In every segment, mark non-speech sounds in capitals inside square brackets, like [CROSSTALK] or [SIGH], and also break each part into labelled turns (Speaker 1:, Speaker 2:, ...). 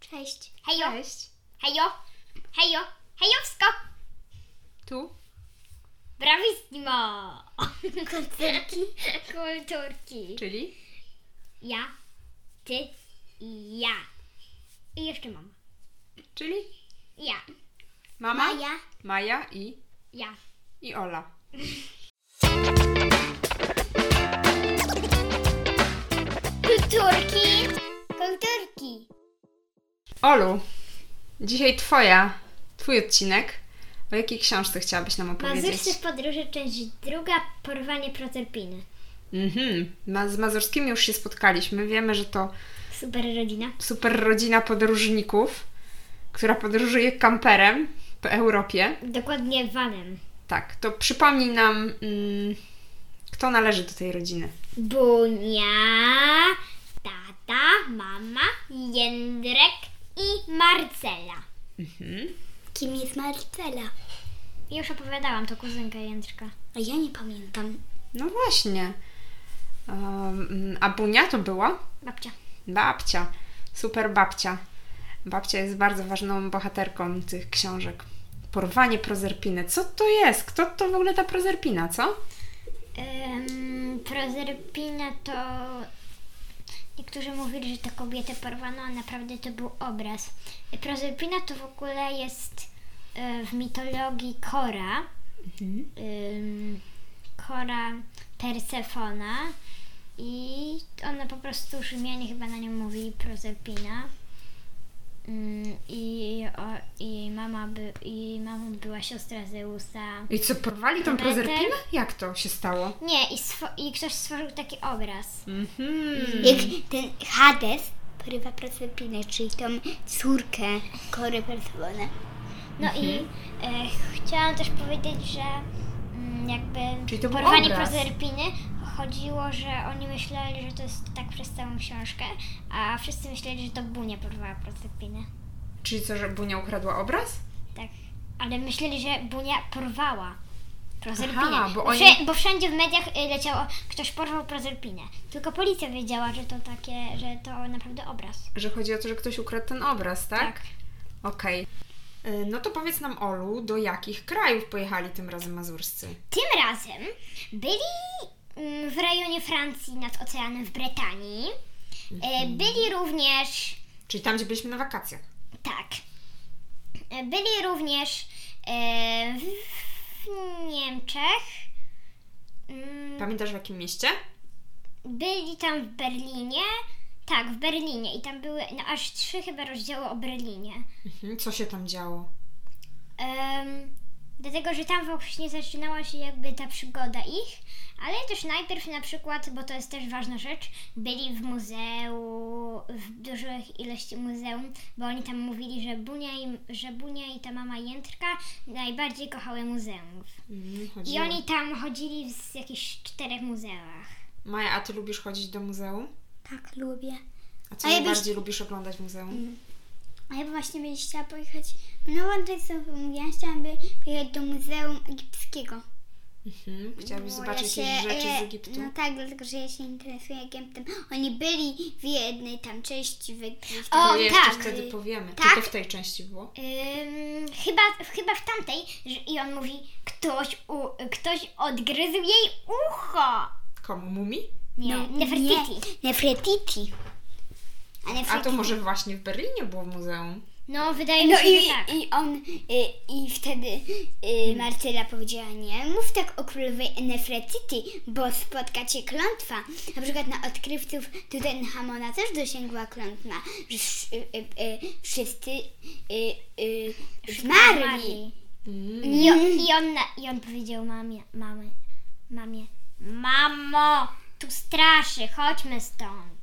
Speaker 1: Cześć. Hejo.
Speaker 2: Cześć.
Speaker 1: Hejo. Hejo. Hejowsko.
Speaker 2: Tu?
Speaker 1: Brawissimo. Kulturki. [LAUGHS] Kulturki.
Speaker 2: Czyli?
Speaker 1: Ja, ty i ja. I jeszcze mama.
Speaker 2: Czyli?
Speaker 1: Ja.
Speaker 2: Mama? Maja i?
Speaker 1: Ja.
Speaker 2: I Ola.
Speaker 1: Kulturki. Kulturki.
Speaker 2: Olu, dzisiaj twoja, twój odcinek. O jakiej książce chciałabyś nam opowiedzieć?
Speaker 1: Mazurscy w podróży, część druga, porwanie proterpiny.
Speaker 2: Mhm. Ma- Z Mazurskimi już się spotkaliśmy. Wiemy, że to
Speaker 1: Super rodzina.
Speaker 2: super rodzina podróżników, która podróżuje kamperem po Europie.
Speaker 1: Dokładnie vanem.
Speaker 2: Tak, to przypomnij nam, mm, kto należy do tej rodziny.
Speaker 1: Bunia, tata, mama, Jędrek i Marcela.
Speaker 2: Mhm.
Speaker 3: Kim jest Marcela?
Speaker 1: Już opowiadałam to kuzynka Jędrka.
Speaker 3: A ja nie pamiętam.
Speaker 2: No właśnie. Um, a Bunia to była?
Speaker 1: Babcia.
Speaker 2: Babcia, super babcia. Babcia jest bardzo ważną bohaterką tych książek. Porwanie prozerpiny. Co to jest? Kto to w ogóle ta prozerpina, co?
Speaker 1: Ym, prozerpina to... Niektórzy mówili, że to kobietę porwano, a naprawdę to był obraz. Prozerpina to w ogóle jest y, w mitologii Kora. Ym, Kora Persefona i ona po prostu Rzymianie chyba na nią mówili Prozerpina. Ym, I, o, i jej mama by, i mamą była siostra Zeusa.
Speaker 2: I co, porwali tą
Speaker 1: Meter.
Speaker 2: prozerpinę? Jak to się stało?
Speaker 1: Nie, i, swo- i ktoś stworzył taki obraz.
Speaker 2: Mhm.
Speaker 3: Jak ten Hades porywa Proserpinę, czyli tą córkę Kory Persefone.
Speaker 1: No i
Speaker 2: Mhm.
Speaker 1: e, chciałam też powiedzieć, że mm, jakby
Speaker 2: Czyli to był
Speaker 1: porwanie
Speaker 2: obraz.
Speaker 1: Prozerpiny chodziło, że oni myśleli, że to jest tak przez całą książkę, a wszyscy myśleli, że to Bunia porwała Prozerpinę.
Speaker 2: Czyli co, że Bunia ukradła obraz?
Speaker 1: Tak. Ale myśleli, że Bunia porwała Prozerpinę.
Speaker 2: Aha, bo
Speaker 1: bo,
Speaker 2: oni-
Speaker 1: wsze- bo wszędzie w mediach y, leciało, ktoś porwał Prozerpinę. Tylko policja wiedziała, że to takie, że to naprawdę obraz.
Speaker 2: Że chodzi o to, że ktoś ukradł ten obraz, tak? Okej. Y, No to powiedz nam, Olu, do jakich krajów pojechali tym razem mazurscy?
Speaker 1: Tym razem byli mm, w rejonie Francji nad oceanem w Bretanii. E,
Speaker 2: Mhm.
Speaker 1: Byli również
Speaker 2: Czyli tam, gdzie byliśmy na wakacjach.
Speaker 1: tak. E, Byli również e, w, w Niemczech. Mm,
Speaker 2: Pamiętasz w jakim mieście?
Speaker 1: Byli tam w Berlinie. Tak, w Berlinie i tam były no, aż trzy chyba rozdziały o Berlinie.
Speaker 2: Mhm. Co się tam działo?
Speaker 1: Em, dlatego, że tam właśnie zaczynała się jakby ta przygoda ich, ale też najpierw na przykład, bo to jest też ważna rzecz, byli w muzeum, w dużych ilości muzeum, bo oni tam mówili, że Bunia i, że Bunia i ta mama Jędrka najbardziej kochały muzeum.
Speaker 2: Mhm,
Speaker 1: I
Speaker 2: chodziło.
Speaker 1: oni tam chodzili w jakichś czterech muzeach.
Speaker 2: Maja, a ty lubisz chodzić do muzeum?
Speaker 3: Tak lubię.
Speaker 2: A co
Speaker 3: A ja byś-
Speaker 2: najbardziej lubisz oglądać w muzeum?
Speaker 3: A ja właśnie będę chciała pojechać, no Andrzej sobie mówiłam, chciałam by pojechać do Muzeum Egipskiego.
Speaker 2: Mhm. Chciałabyś
Speaker 3: Bo
Speaker 2: zobaczyć
Speaker 3: No, ja
Speaker 2: jakieś
Speaker 3: się,
Speaker 2: rzeczy
Speaker 3: e,
Speaker 2: z Egiptu?
Speaker 3: No tak, dlatego że ja się interesuję Egiptem. Oni byli w jednej tam części w Egipcie.
Speaker 1: O,
Speaker 2: to jeszcze
Speaker 1: tak.
Speaker 2: wtedy powiemy. Czy
Speaker 1: Tak.
Speaker 2: to w tej części było?
Speaker 1: Ym, chyba, chyba w tamtej że, i on mówi, ktoś, u, ktoś odgryzł jej ucho.
Speaker 2: Komu? Mumi?
Speaker 1: Nie,
Speaker 3: No,
Speaker 1: Nefertiti.
Speaker 3: Nie, Nefertiti. A
Speaker 2: A to
Speaker 3: Nefertiti.
Speaker 2: może właśnie w Berlinie było muzeum?
Speaker 1: No, wydaje mi
Speaker 3: No
Speaker 1: się,
Speaker 3: i,
Speaker 1: że tak.
Speaker 3: i on, y, i wtedy
Speaker 2: Hmm.
Speaker 3: y, Marcela powiedziała, nie mów tak o królowej Nefretiti, bo spotka cię klątwa. Na przykład na odkrywców Tutenhamona też dosięgła klątwa, że wsz- y, y, y, wszyscy y, y, zmarli.
Speaker 2: Mm.
Speaker 1: I, on- i, on, na- I on powiedział mamie, mamie, mamie, mamo, tu straszy, chodźmy stąd.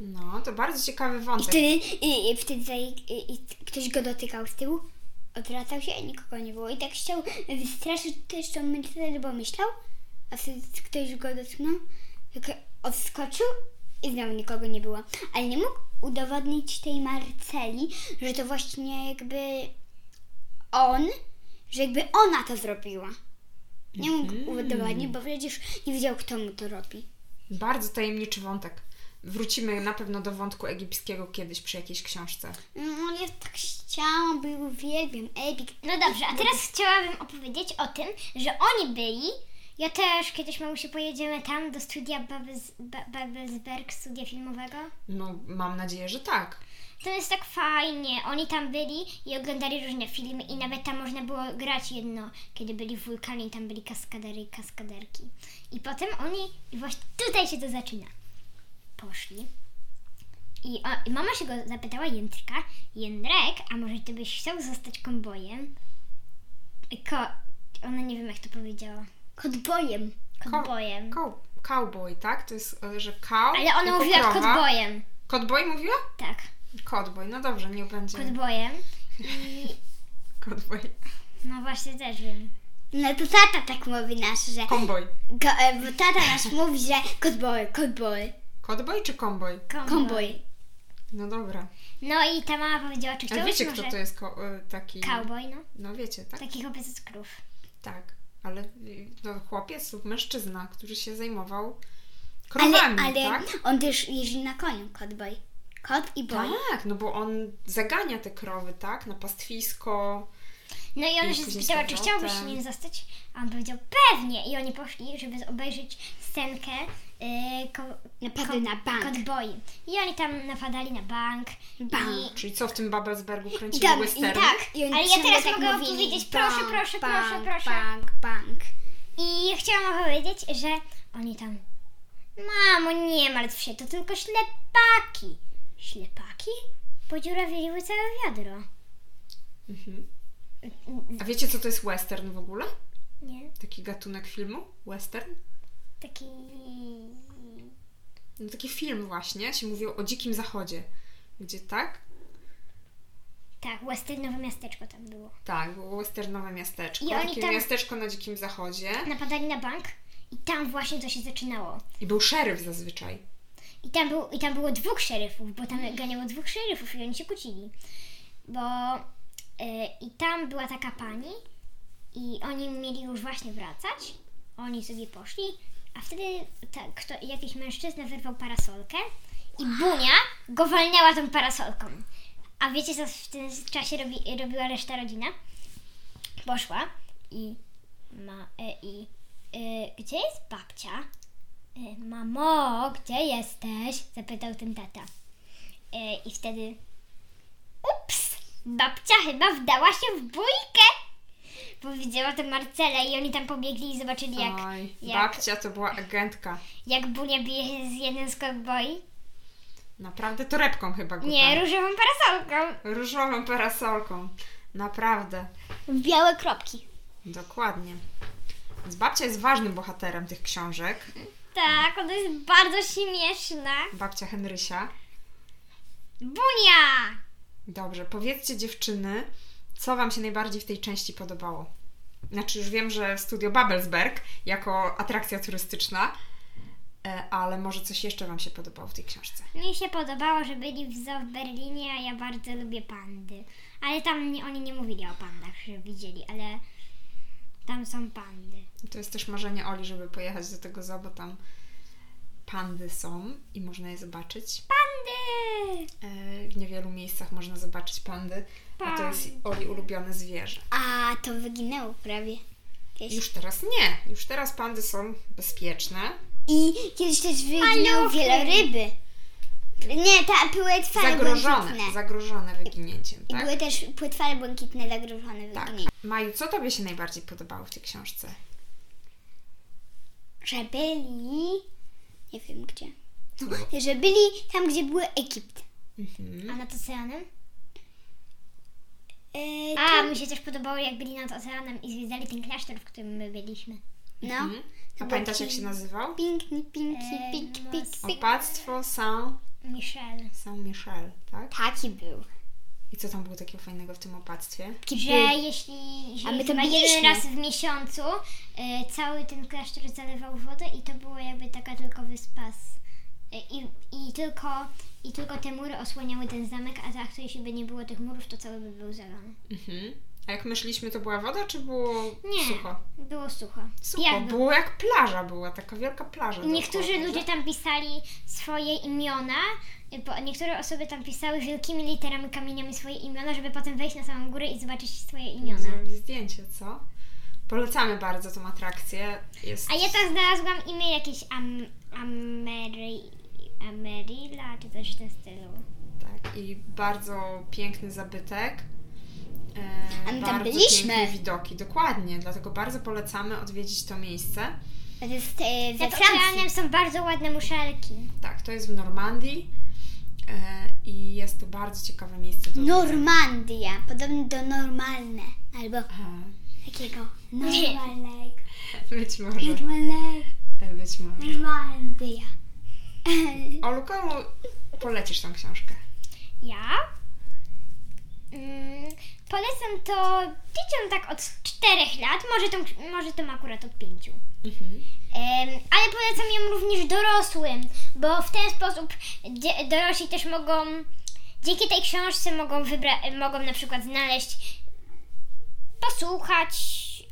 Speaker 2: No, to bardzo ciekawy
Speaker 3: I
Speaker 2: wątek.
Speaker 3: wtedy, i, i wtedy za- i, i ktoś go dotykał z tyłu, odwracał się i nikogo nie było. I tak chciał wystraszyć też tą myślę, bo myślał, a wtedy ktoś go dotknął, tak odskoczył i znowu nikogo nie było. Ale nie mógł udowodnić tej Marceli, że to właśnie jakby on, że jakby ona to zrobiła. Nie mógł udowodnić, bo przecież nie wiedział, kto mu to robi.
Speaker 2: Bardzo tajemniczy wątek. Wrócimy na pewno do wątku egipskiego kiedyś przy jakiejś książce.
Speaker 3: No ja tak chciałam, bo uwielbiam Epic.
Speaker 1: No dobrze, a teraz chciałabym opowiedzieć o tym, że oni byli. Ja też kiedyś mamusiu pojedziemy tam do studia Babels, Ba- Babelsberg, studia filmowego.
Speaker 2: No, mam nadzieję, że tak.
Speaker 1: To jest tak fajnie. Oni tam byli i oglądali różne filmy i nawet tam można było grać jedno, kiedy byli w wulkanie i tam byli kaskadery i kaskaderki. I potem oni, i właśnie tutaj się to zaczyna. Poszli. I, o, i mama się go zapytała Jędrka, Jędrek, a może ty byś chciał zostać kombojem? Ko... Ona nie wiem jak to powiedziała.
Speaker 3: Kotbojem.
Speaker 1: Kotbojem.
Speaker 2: Cow, cowboy, tak? To jest, e, że cow.
Speaker 1: Ale ona
Speaker 2: jako
Speaker 1: mówiła
Speaker 2: krowa.
Speaker 1: kotbojem.
Speaker 2: Kotboj mówiła?
Speaker 1: Tak,
Speaker 2: Kotboj, no dobrze, nie będzie.
Speaker 1: kotbojem. I
Speaker 2: Kotboj.
Speaker 1: no właśnie też wiem.
Speaker 3: No to tata tak mówi nasz, że...
Speaker 2: Komboj.
Speaker 3: Ko, e, bo tata nasz [LAUGHS] mówi, że kotboj, kotboj,
Speaker 2: Kotboj czy komboj?
Speaker 3: komboj.
Speaker 2: No dobra.
Speaker 1: No i ta mama powiedziała, czy
Speaker 2: A
Speaker 1: chciałbyś
Speaker 2: wiecie,
Speaker 1: może
Speaker 2: kto to jest ko- e, taki...
Speaker 1: cowboy, no?
Speaker 2: No wiecie, tak?
Speaker 1: Taki chłopiec z krów.
Speaker 2: Tak. Ale y, no, chłopiec lub mężczyzna, który się zajmował
Speaker 3: Ale,
Speaker 2: krowami,
Speaker 3: ale
Speaker 2: tak?
Speaker 3: on też jeździ na koniu, kotboj. Kot i boj.
Speaker 2: Tak, no bo on zagania te krowy, tak? Na pastwisko.
Speaker 1: No i ona
Speaker 2: I
Speaker 1: się
Speaker 2: później
Speaker 1: spytała,
Speaker 2: z
Speaker 1: czy
Speaker 2: powrotem.
Speaker 1: chciałbyś nim zostać? A on powiedział, pewnie! I oni poszli, żeby obejrzeć scenkę yy, ko-
Speaker 3: Napady
Speaker 1: ko-
Speaker 3: na bank.
Speaker 1: kotboi. I oni tam napadali na bank.
Speaker 3: Bank.
Speaker 2: Czyli co w tym Babelsbergu
Speaker 3: I
Speaker 2: kręcili
Speaker 3: tam, i
Speaker 2: westerny?
Speaker 3: tak. I oni
Speaker 1: Ale ja
Speaker 3: ciągle
Speaker 1: teraz mogę
Speaker 3: mówili,
Speaker 1: opowiedzieć. Proszę,
Speaker 3: bank,
Speaker 1: proszę,
Speaker 3: bank,
Speaker 1: proszę, proszę.
Speaker 3: Bank, bank.
Speaker 1: I, I chciałam powiedzieć, że oni tam... Mamo, nie martw się, to tylko ślepaki. Ślepaki? Podziurawiły całe wiadro.
Speaker 2: Mhm. A wiecie, co to jest western w ogóle?
Speaker 1: Nie?
Speaker 2: Taki gatunek filmu? Western?
Speaker 1: Taki...
Speaker 2: No taki film właśnie, się mówił o dzikim zachodzie. Gdzie tak?
Speaker 1: Tak, westernowe miasteczko tam było.
Speaker 2: Tak, było westernowe miasteczko.
Speaker 1: I oni
Speaker 2: takie
Speaker 1: tam-
Speaker 2: miasteczko na dzikim zachodzie.
Speaker 1: Napadali na bank i tam właśnie to się zaczynało.
Speaker 2: I był szeryf zazwyczaj.
Speaker 1: I tam, był, I tam było dwóch szeryfów, bo tam ganiało dwóch szeryfów i oni się kłócili. Bo y, i tam była taka pani i oni mieli już właśnie wracać. Oni sobie poszli, a wtedy ta, kto, jakiś mężczyzna wyrwał parasolkę i Bunia go walnęła tą parasolką. A wiecie co w tym czasie robi, robiła reszta rodzina? Poszła i ma, y, i y, gdzie jest babcia? E, Mamo, gdzie jesteś? Zapytał ten tata. E, I wtedy. Ups! Babcia chyba wdała się w bójkę! Powiedziała to Marcela i oni tam pobiegli i zobaczyli, jak,
Speaker 2: Oj,
Speaker 1: jak,
Speaker 2: babcia to była agentka.
Speaker 1: jak Bunia bije się z jednym z kowboi.
Speaker 2: Naprawdę torebką chyba go
Speaker 1: Nie,
Speaker 2: tam-
Speaker 1: różową parasolką.
Speaker 2: Różową parasolką. Naprawdę.
Speaker 3: Białe kropki.
Speaker 2: Dokładnie. Więc babcia jest ważnym bohaterem tych książek.
Speaker 1: Tak, ona jest bardzo śmieszna.
Speaker 2: Babcia Henrysia.
Speaker 1: Bunia!
Speaker 2: Dobrze, powiedzcie dziewczyny, co Wam się najbardziej w tej części podobało? Znaczy, już wiem, że studio Babelsberg jako atrakcja turystyczna, e, ale może coś jeszcze Wam się podobało w tej książce?
Speaker 1: Mi się podobało, że byli w zoo w Berlinie, a ja bardzo lubię pandy. Ale tam nie, oni nie mówili o pandach, że widzieli, ale tam są pandy.
Speaker 2: To jest też marzenie Oli, żeby pojechać do tego zoo, bo tam pandy są i można je zobaczyć.
Speaker 1: Pandy!
Speaker 2: E, W niewielu miejscach można zobaczyć pandy, a to jest Oli ulubione zwierzę.
Speaker 3: A to wyginęło prawie. Kiedyś.
Speaker 2: Już teraz nie. Już teraz pandy są bezpieczne.
Speaker 3: I kiedyś też wyginęło
Speaker 1: Paluchy.
Speaker 3: wieloryby. Nie, ta, były twarze
Speaker 2: Zagrożone,
Speaker 3: błękitne.
Speaker 2: zagrożone wyginięciem,
Speaker 3: I
Speaker 2: tak?
Speaker 3: były też płetwale błękitne zagrożone
Speaker 2: Tak.
Speaker 3: wyginięciem.
Speaker 2: Maju, co Tobie się najbardziej podobało w tej książce?
Speaker 3: Że byli... Nie wiem gdzie. Że byli tam, gdzie był Egipt.
Speaker 2: Mhm.
Speaker 1: A nad oceanem?
Speaker 3: E,
Speaker 1: A,
Speaker 3: tam-
Speaker 1: mi się też podobało, jak byli nad oceanem i zwiedzali ten klasztor, w którym my byliśmy.
Speaker 3: no.
Speaker 2: Mhm. A pamiętasz, jak się nazywał?
Speaker 3: Pięknie, pięknie,
Speaker 1: E,
Speaker 3: pik,
Speaker 1: no,
Speaker 3: pik,
Speaker 1: z-
Speaker 3: pik.
Speaker 2: Opactwo Saint,
Speaker 1: Michel.
Speaker 2: Saint Michel, tak?
Speaker 3: Taki był.
Speaker 2: I co tam było takiego fajnego w tym opactwie?
Speaker 1: Że
Speaker 3: był.
Speaker 1: jeśli że
Speaker 3: A my tam
Speaker 1: chyba jeden
Speaker 3: byliśmy.
Speaker 1: raz w miesiącu y, cały ten klasztor zalewał wodę i to było jakby taka tylko wyspa z, y, i, i, tylko, I tylko te mury osłaniały ten zamek, a tak to jeśli by nie było tych murów, to cały by był zielony.
Speaker 2: Mhm. A jak myśliśmy, to była woda, czy było
Speaker 1: Nie.
Speaker 2: sucho?
Speaker 1: Było sucho.
Speaker 2: Sucho,
Speaker 1: Jak było?
Speaker 2: było jak plaża była, taka wielka plaża.
Speaker 1: Niektórzy
Speaker 2: dookoła,
Speaker 1: ludzie tak
Speaker 2: prawda?
Speaker 1: tam pisali swoje imiona, e, bo niektóre osoby tam pisały wielkimi literami, kamieniami swoje imiona, żeby potem wejść na samą górę i zobaczyć swoje imiona.
Speaker 2: Zrobili zdjęcie, co? Polecamy bardzo tą atrakcję. Jest...
Speaker 1: A ja tam znalazłam imię jakieś Am- Amery... Amerila, czy coś w tym stylu.
Speaker 2: Tak, i bardzo piękny zabytek. E,
Speaker 3: A my tam
Speaker 2: bardzo
Speaker 3: byliśmy.
Speaker 2: piękne widoki, dokładnie. Dlatego bardzo polecamy odwiedzić to miejsce.
Speaker 3: To jest e,
Speaker 1: Nad
Speaker 3: ze
Speaker 1: oceanem
Speaker 3: Francji.
Speaker 1: są bardzo ładne muszelki.
Speaker 2: Tak, to jest w Normandii e, i jest to bardzo ciekawe miejsce. Do odwiedzenia.
Speaker 3: Normandia. Podobny do normalne. Albo takiego
Speaker 1: Nie.
Speaker 3: normalnego.
Speaker 2: E, Być może,
Speaker 3: Normalnego.
Speaker 2: e, być
Speaker 1: [LAUGHS]
Speaker 2: może.
Speaker 3: Normandia.
Speaker 2: Olu, komu polecisz tą książkę?
Speaker 1: Ja? Mm, polecam to dzieciom tak od 4 lat, może tą, może tą akurat od 5. Mhm. Em, ale polecam ją również dorosłym, bo w ten sposób dzie- dorośli też mogą, dzięki tej książce mogą, wybra- mogą na przykład znaleźć, posłuchać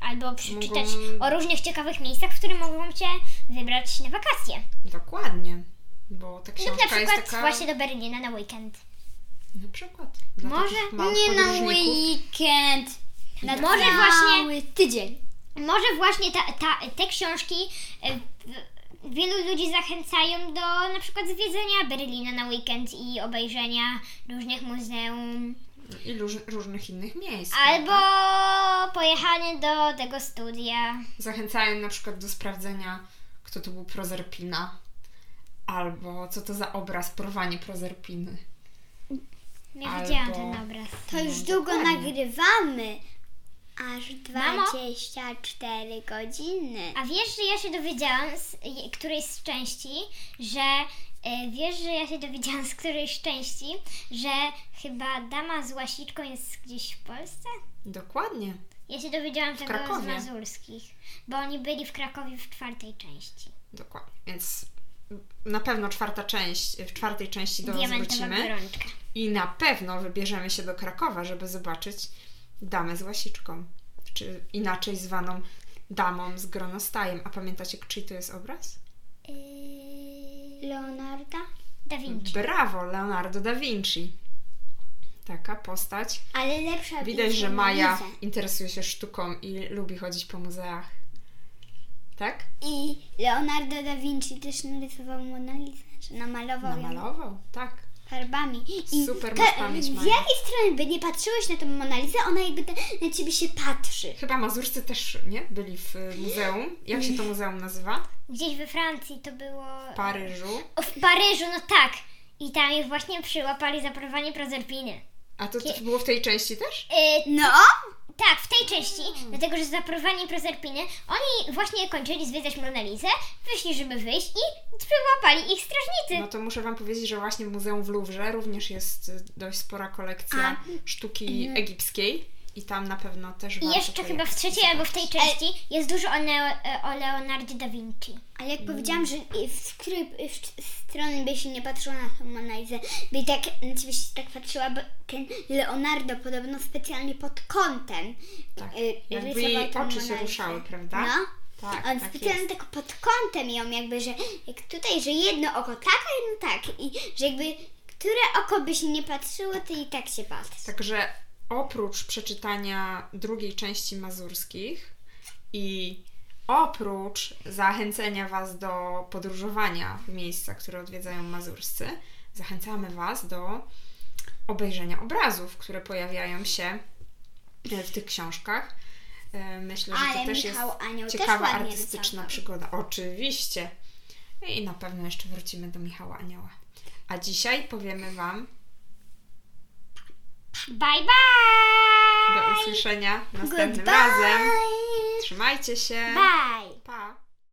Speaker 1: albo przeczytać
Speaker 2: Mogą-
Speaker 1: o różnych ciekawych miejscach, w których mogą się wybrać na wakacje.
Speaker 2: Dokładnie, bo
Speaker 1: Lub
Speaker 2: ta
Speaker 1: na
Speaker 2: książka jest
Speaker 1: przykład
Speaker 2: taka...
Speaker 1: właśnie do Berlina na weekend.
Speaker 2: Na przykład. Dla
Speaker 1: Może
Speaker 2: takich małych
Speaker 3: Nie na
Speaker 2: podróżników.
Speaker 3: weekend. Na
Speaker 1: No Może
Speaker 3: cały
Speaker 1: właśnie-
Speaker 3: tydzień.
Speaker 1: Może właśnie ta, ta, te książki e, w- wielu ludzi zachęcają do na przykład zwiedzenia Berlina na weekend i obejrzenia różnych muzeum.
Speaker 2: I róż, różnych innych miejsc.
Speaker 1: Albo
Speaker 2: prawda?
Speaker 1: pojechanie do tego studia.
Speaker 2: Zachęcają na przykład do sprawdzenia, kto to był Prozerpina. Albo co to za obraz, porwanie Prozerpiny.
Speaker 1: Ja
Speaker 2: Albo-
Speaker 1: widziałam ten obraz.
Speaker 3: To już
Speaker 2: No,
Speaker 3: długo
Speaker 2: dokładnie.
Speaker 3: nagrywamy. Aż
Speaker 1: Mamo?
Speaker 3: 24 godziny.
Speaker 1: A wiesz, że ja się dowiedziałam z je- którejś z części, że e, wiesz, że ja się dowiedziałam z którejś części, że chyba dama z łasiczką jest gdzieś w Polsce?
Speaker 2: Dokładnie.
Speaker 1: Ja się dowiedziałam tego z
Speaker 2: Krakowie.
Speaker 1: Mazurskich, bo oni byli w Krakowie w czwartej części.
Speaker 2: Dokładnie. Więc na pewno czwarta część, w czwartej części do Was
Speaker 1: Diamentowa
Speaker 2: wrócimy.
Speaker 1: gorączka.
Speaker 2: I na pewno wybierzemy się do Krakowa, żeby zobaczyć damę z łasiczką. Czy inaczej zwaną damą z gronostajem. A pamiętacie, czyj to jest obraz?
Speaker 1: Yy...
Speaker 3: Leonarda?
Speaker 1: Da Vinci.
Speaker 2: Brawo, Leonardo da Vinci. Taka postać.
Speaker 3: Ale lepsza
Speaker 2: Widać,
Speaker 3: niż
Speaker 2: że
Speaker 3: Mona
Speaker 2: Maja
Speaker 3: Lisa.
Speaker 2: interesuje się sztuką i lubi chodzić po muzeach. Tak?
Speaker 3: I Leonardo da Vinci też narysował Monalizę, że namalował ją
Speaker 2: Namalował, tak.
Speaker 3: farbami. I
Speaker 2: Super
Speaker 3: ka-
Speaker 2: masz pamięć,
Speaker 3: Z
Speaker 2: Maja.
Speaker 3: jakiej strony by nie patrzyłeś na tą Monalizę, ona jakby te, na ciebie się patrzy.
Speaker 2: Chyba Mazurscy też, nie? Byli w y, muzeum. Jak się to muzeum nazywa?
Speaker 1: Gdzieś we Francji to było.
Speaker 2: W Paryżu.
Speaker 1: O, w Paryżu, no tak. I tam ich właśnie przyłapali za porwanie prozerpiny.
Speaker 2: A to, to było w tej części też?
Speaker 1: Yy,
Speaker 3: No!
Speaker 1: tak, w tej części, dlatego że za porwanie prozerpiny oni właśnie kończyli zwiedzać Monalizę, wyszli, żeby wyjść i przyłapali ich
Speaker 2: No
Speaker 1: strażnicy.
Speaker 2: to muszę Wam powiedzieć, że właśnie w Muzeum w Louvre również jest y, dość spora kolekcja
Speaker 3: A,
Speaker 2: sztuki egipskiej. I tam na pewno też
Speaker 1: y- I
Speaker 2: warto
Speaker 1: jeszcze chyba
Speaker 2: pojechać.
Speaker 1: w trzeciej albo w tej części jest dużo o, Neo, o Leonardzie da Vinci.
Speaker 3: Ale
Speaker 2: Mm.
Speaker 3: jak powiedziałam, że i w której y, w- strony by się nie patrzyła na tą Monalizę, by tak na ciebie się tak patrzyła, bo ten Leonardo podobno specjalnie pod kątem
Speaker 2: Tak.
Speaker 3: y,
Speaker 2: Jakby
Speaker 3: rysował
Speaker 2: jej
Speaker 3: tą
Speaker 2: oczy się
Speaker 3: Monalizę.
Speaker 2: ruszały, prawda?
Speaker 3: No.
Speaker 2: Tak,
Speaker 3: On
Speaker 2: tak jest.
Speaker 3: specjalnie tak pod kątem ją jakby, że jak tutaj, że jedno oko tak, a jedno tak. I że jakby, które oko by się nie patrzyło, to i tak się patrzy.
Speaker 2: Także oprócz przeczytania drugiej części Mazurskich i oprócz zachęcenia Was do podróżowania w miejsca, które odwiedzają Mazurscy, zachęcamy Was do obejrzenia obrazów, które pojawiają się e, w tych książkach. E, Myślę, że to
Speaker 3: Ale
Speaker 2: też
Speaker 3: Michał
Speaker 2: jest
Speaker 3: Anioł też
Speaker 2: ciekawa
Speaker 3: ładnie
Speaker 2: artystyczna
Speaker 3: rysował.
Speaker 2: przygoda. Oczywiście. I na pewno jeszcze wrócimy do Michała Anioła. A dzisiaj powiemy Wam
Speaker 1: Bye bye!
Speaker 2: Do usłyszenia następnym
Speaker 3: Goodbye.
Speaker 2: razem. Trzymajcie się.
Speaker 1: Bye!